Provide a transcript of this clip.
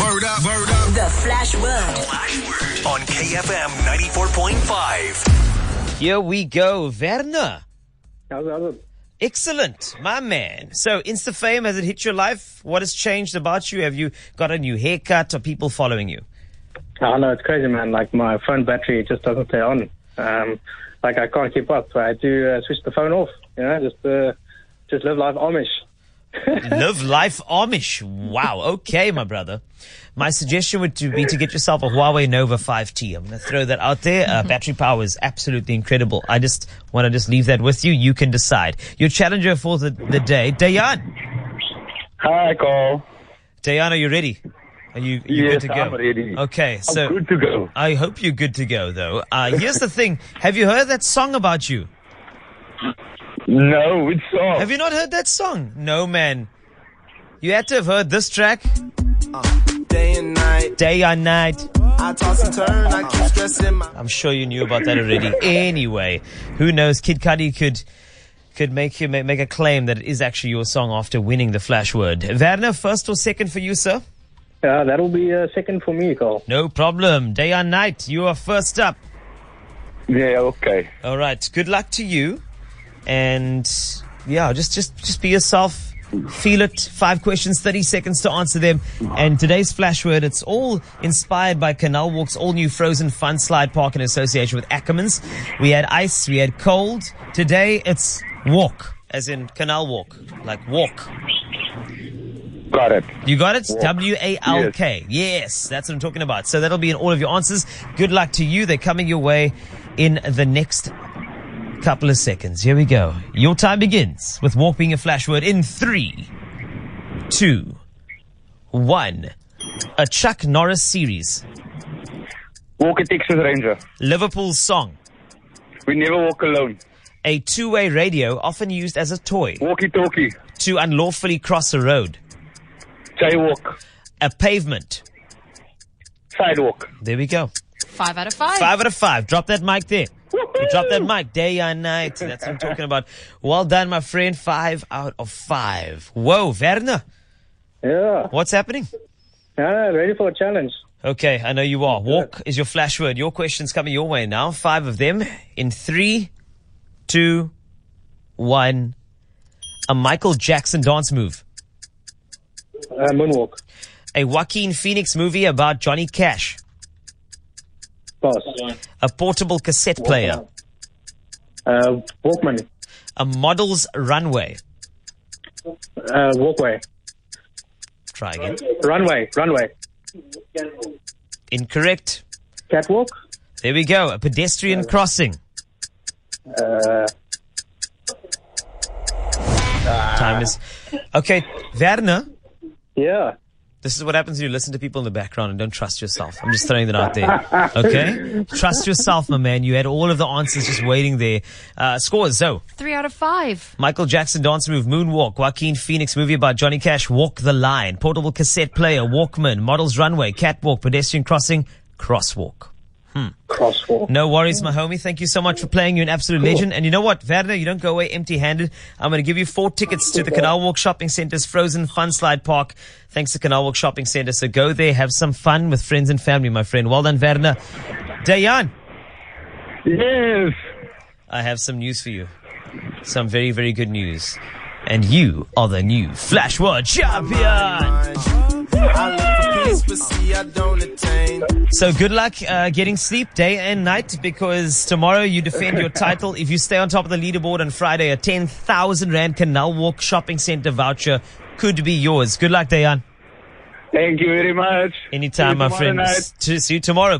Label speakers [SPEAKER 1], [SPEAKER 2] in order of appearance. [SPEAKER 1] Word up, word up.
[SPEAKER 2] The Flash Word.
[SPEAKER 3] on KFM 94.5.
[SPEAKER 4] Here we go, Werner.
[SPEAKER 5] How's it, how's it?
[SPEAKER 4] Excellent, my man. So, Insta fame, has it hit your life? What has changed about you? Have you got a new haircut? Are people following you?
[SPEAKER 5] I know it's crazy, man. Like my phone battery just doesn't stay on. Um, like I can't keep up. So I do uh, switch the phone off. You know, just uh, just live life Amish.
[SPEAKER 4] Live life Amish. Wow. Okay, my brother. My suggestion would to be to get yourself a Huawei Nova 5T. I'm going to throw that out there. Uh, battery power is absolutely incredible. I just want to just leave that with you. You can decide. Your challenger for the, the day, Dayan.
[SPEAKER 6] Hi, Carl.
[SPEAKER 4] Dayan, are you ready? Are you, you
[SPEAKER 6] Yes,
[SPEAKER 4] good to go?
[SPEAKER 6] I'm ready.
[SPEAKER 4] Okay, so
[SPEAKER 6] I'm good to go.
[SPEAKER 4] I hope you're good to go, though. Uh, here's the thing: Have you heard that song about you?
[SPEAKER 6] No, it's off.
[SPEAKER 4] Have you not heard that song? No, man. You had to have heard this track,
[SPEAKER 7] Day and night,
[SPEAKER 4] day and night.
[SPEAKER 7] I toss and turn, I keep stressing my
[SPEAKER 4] I'm sure you knew about that already. Anyway, who knows? Kid Cudi could could make you ma- make a claim that it is actually your song after winning the Flash Word. Werner, first or second for you, sir?
[SPEAKER 5] Yeah, that'll be uh, second for me, Carl.
[SPEAKER 4] No problem. Day and night. You are first up.
[SPEAKER 6] Yeah, okay.
[SPEAKER 4] All right. Good luck to you. And yeah, just just just be yourself. Feel it. Five questions, thirty seconds to answer them. And today's flash word, it's all inspired by Canal Walk's all new frozen fun slide park in association with Ackermans. We had ice, we had cold. Today it's walk, as in canal walk. Like walk.
[SPEAKER 6] Got it.
[SPEAKER 4] You got it? W A L K. Yes, that's what I'm talking about. So that'll be in all of your answers. Good luck to you. They're coming your way in the next couple of seconds. Here we go. Your time begins with walk being a flash word in three, two, one. A Chuck Norris series,
[SPEAKER 6] Walk a Texas Ranger.
[SPEAKER 4] Liverpool song,
[SPEAKER 6] We never walk alone.
[SPEAKER 4] a two way radio often used as a toy
[SPEAKER 6] Walkie talkie.
[SPEAKER 4] to unlawfully cross a road,
[SPEAKER 6] Jaywalk.
[SPEAKER 4] a pavement.
[SPEAKER 6] Sidewalk.
[SPEAKER 4] There we go.
[SPEAKER 8] Five out of five.
[SPEAKER 4] Five out of five. Drop that mic there. You drop that mic day and night. That's what I'm talking about. Well done, my friend. Five out of five. Whoa, Werner,
[SPEAKER 5] Yeah.
[SPEAKER 4] what's happening?
[SPEAKER 5] Yeah, ready for a challenge.
[SPEAKER 4] Okay, I know you are. Walk is your flash word. Your questions coming your way now. Five of them in three, two, one. A Michael Jackson dance move.
[SPEAKER 5] Uh, moonwalk.
[SPEAKER 4] A Joaquin Phoenix movie about Johnny Cash.
[SPEAKER 5] Pass.
[SPEAKER 4] A portable cassette player.
[SPEAKER 5] Uh, Walkman.
[SPEAKER 4] A model's runway.
[SPEAKER 5] Uh, walkway.
[SPEAKER 4] Try again.
[SPEAKER 5] Runway. Runway.
[SPEAKER 4] Incorrect.
[SPEAKER 5] Catwalk.
[SPEAKER 4] There we go. A pedestrian crossing.
[SPEAKER 5] Uh,
[SPEAKER 4] Time is okay, Werner.
[SPEAKER 5] yeah.
[SPEAKER 4] This is what happens when you listen to people in the background and don't trust yourself. I'm just throwing that out there. Okay, trust yourself, my man. You had all of the answers just waiting there. Uh, scores: Zoe,
[SPEAKER 8] Three out of five.
[SPEAKER 4] Michael Jackson dance move, Moonwalk, Joaquin Phoenix movie about Johnny Cash, Walk the Line, portable cassette player, Walkman, models runway, catwalk, pedestrian crossing, crosswalk.
[SPEAKER 5] Crosswalk.
[SPEAKER 4] No worries, my homie. Thank you so much for playing. You're an absolute legend. And you know what, Werner, you don't go away empty handed. I'm going to give you four tickets to the Canal Walk Shopping Centre's Frozen Fun Slide Park. Thanks to Canal Walk Shopping Centre. So go there, have some fun with friends and family, my friend. Well done, Werner. Dayan,
[SPEAKER 6] Yes.
[SPEAKER 4] I have some news for you. Some very, very good news. And you are the new Flash World Champion!
[SPEAKER 7] mind. I look for peace, but see, I don't attain.
[SPEAKER 4] So good luck uh, getting sleep day and night because tomorrow you defend your title. If you stay on top of the leaderboard on Friday, a 10,000 Rand Canal Walk Shopping Center voucher could be yours. Good luck, Dayan.
[SPEAKER 6] Thank you very much.
[SPEAKER 4] Anytime,
[SPEAKER 6] See you
[SPEAKER 4] my
[SPEAKER 6] tomorrow
[SPEAKER 4] friend.
[SPEAKER 6] night.
[SPEAKER 4] S- To see you tomorrow.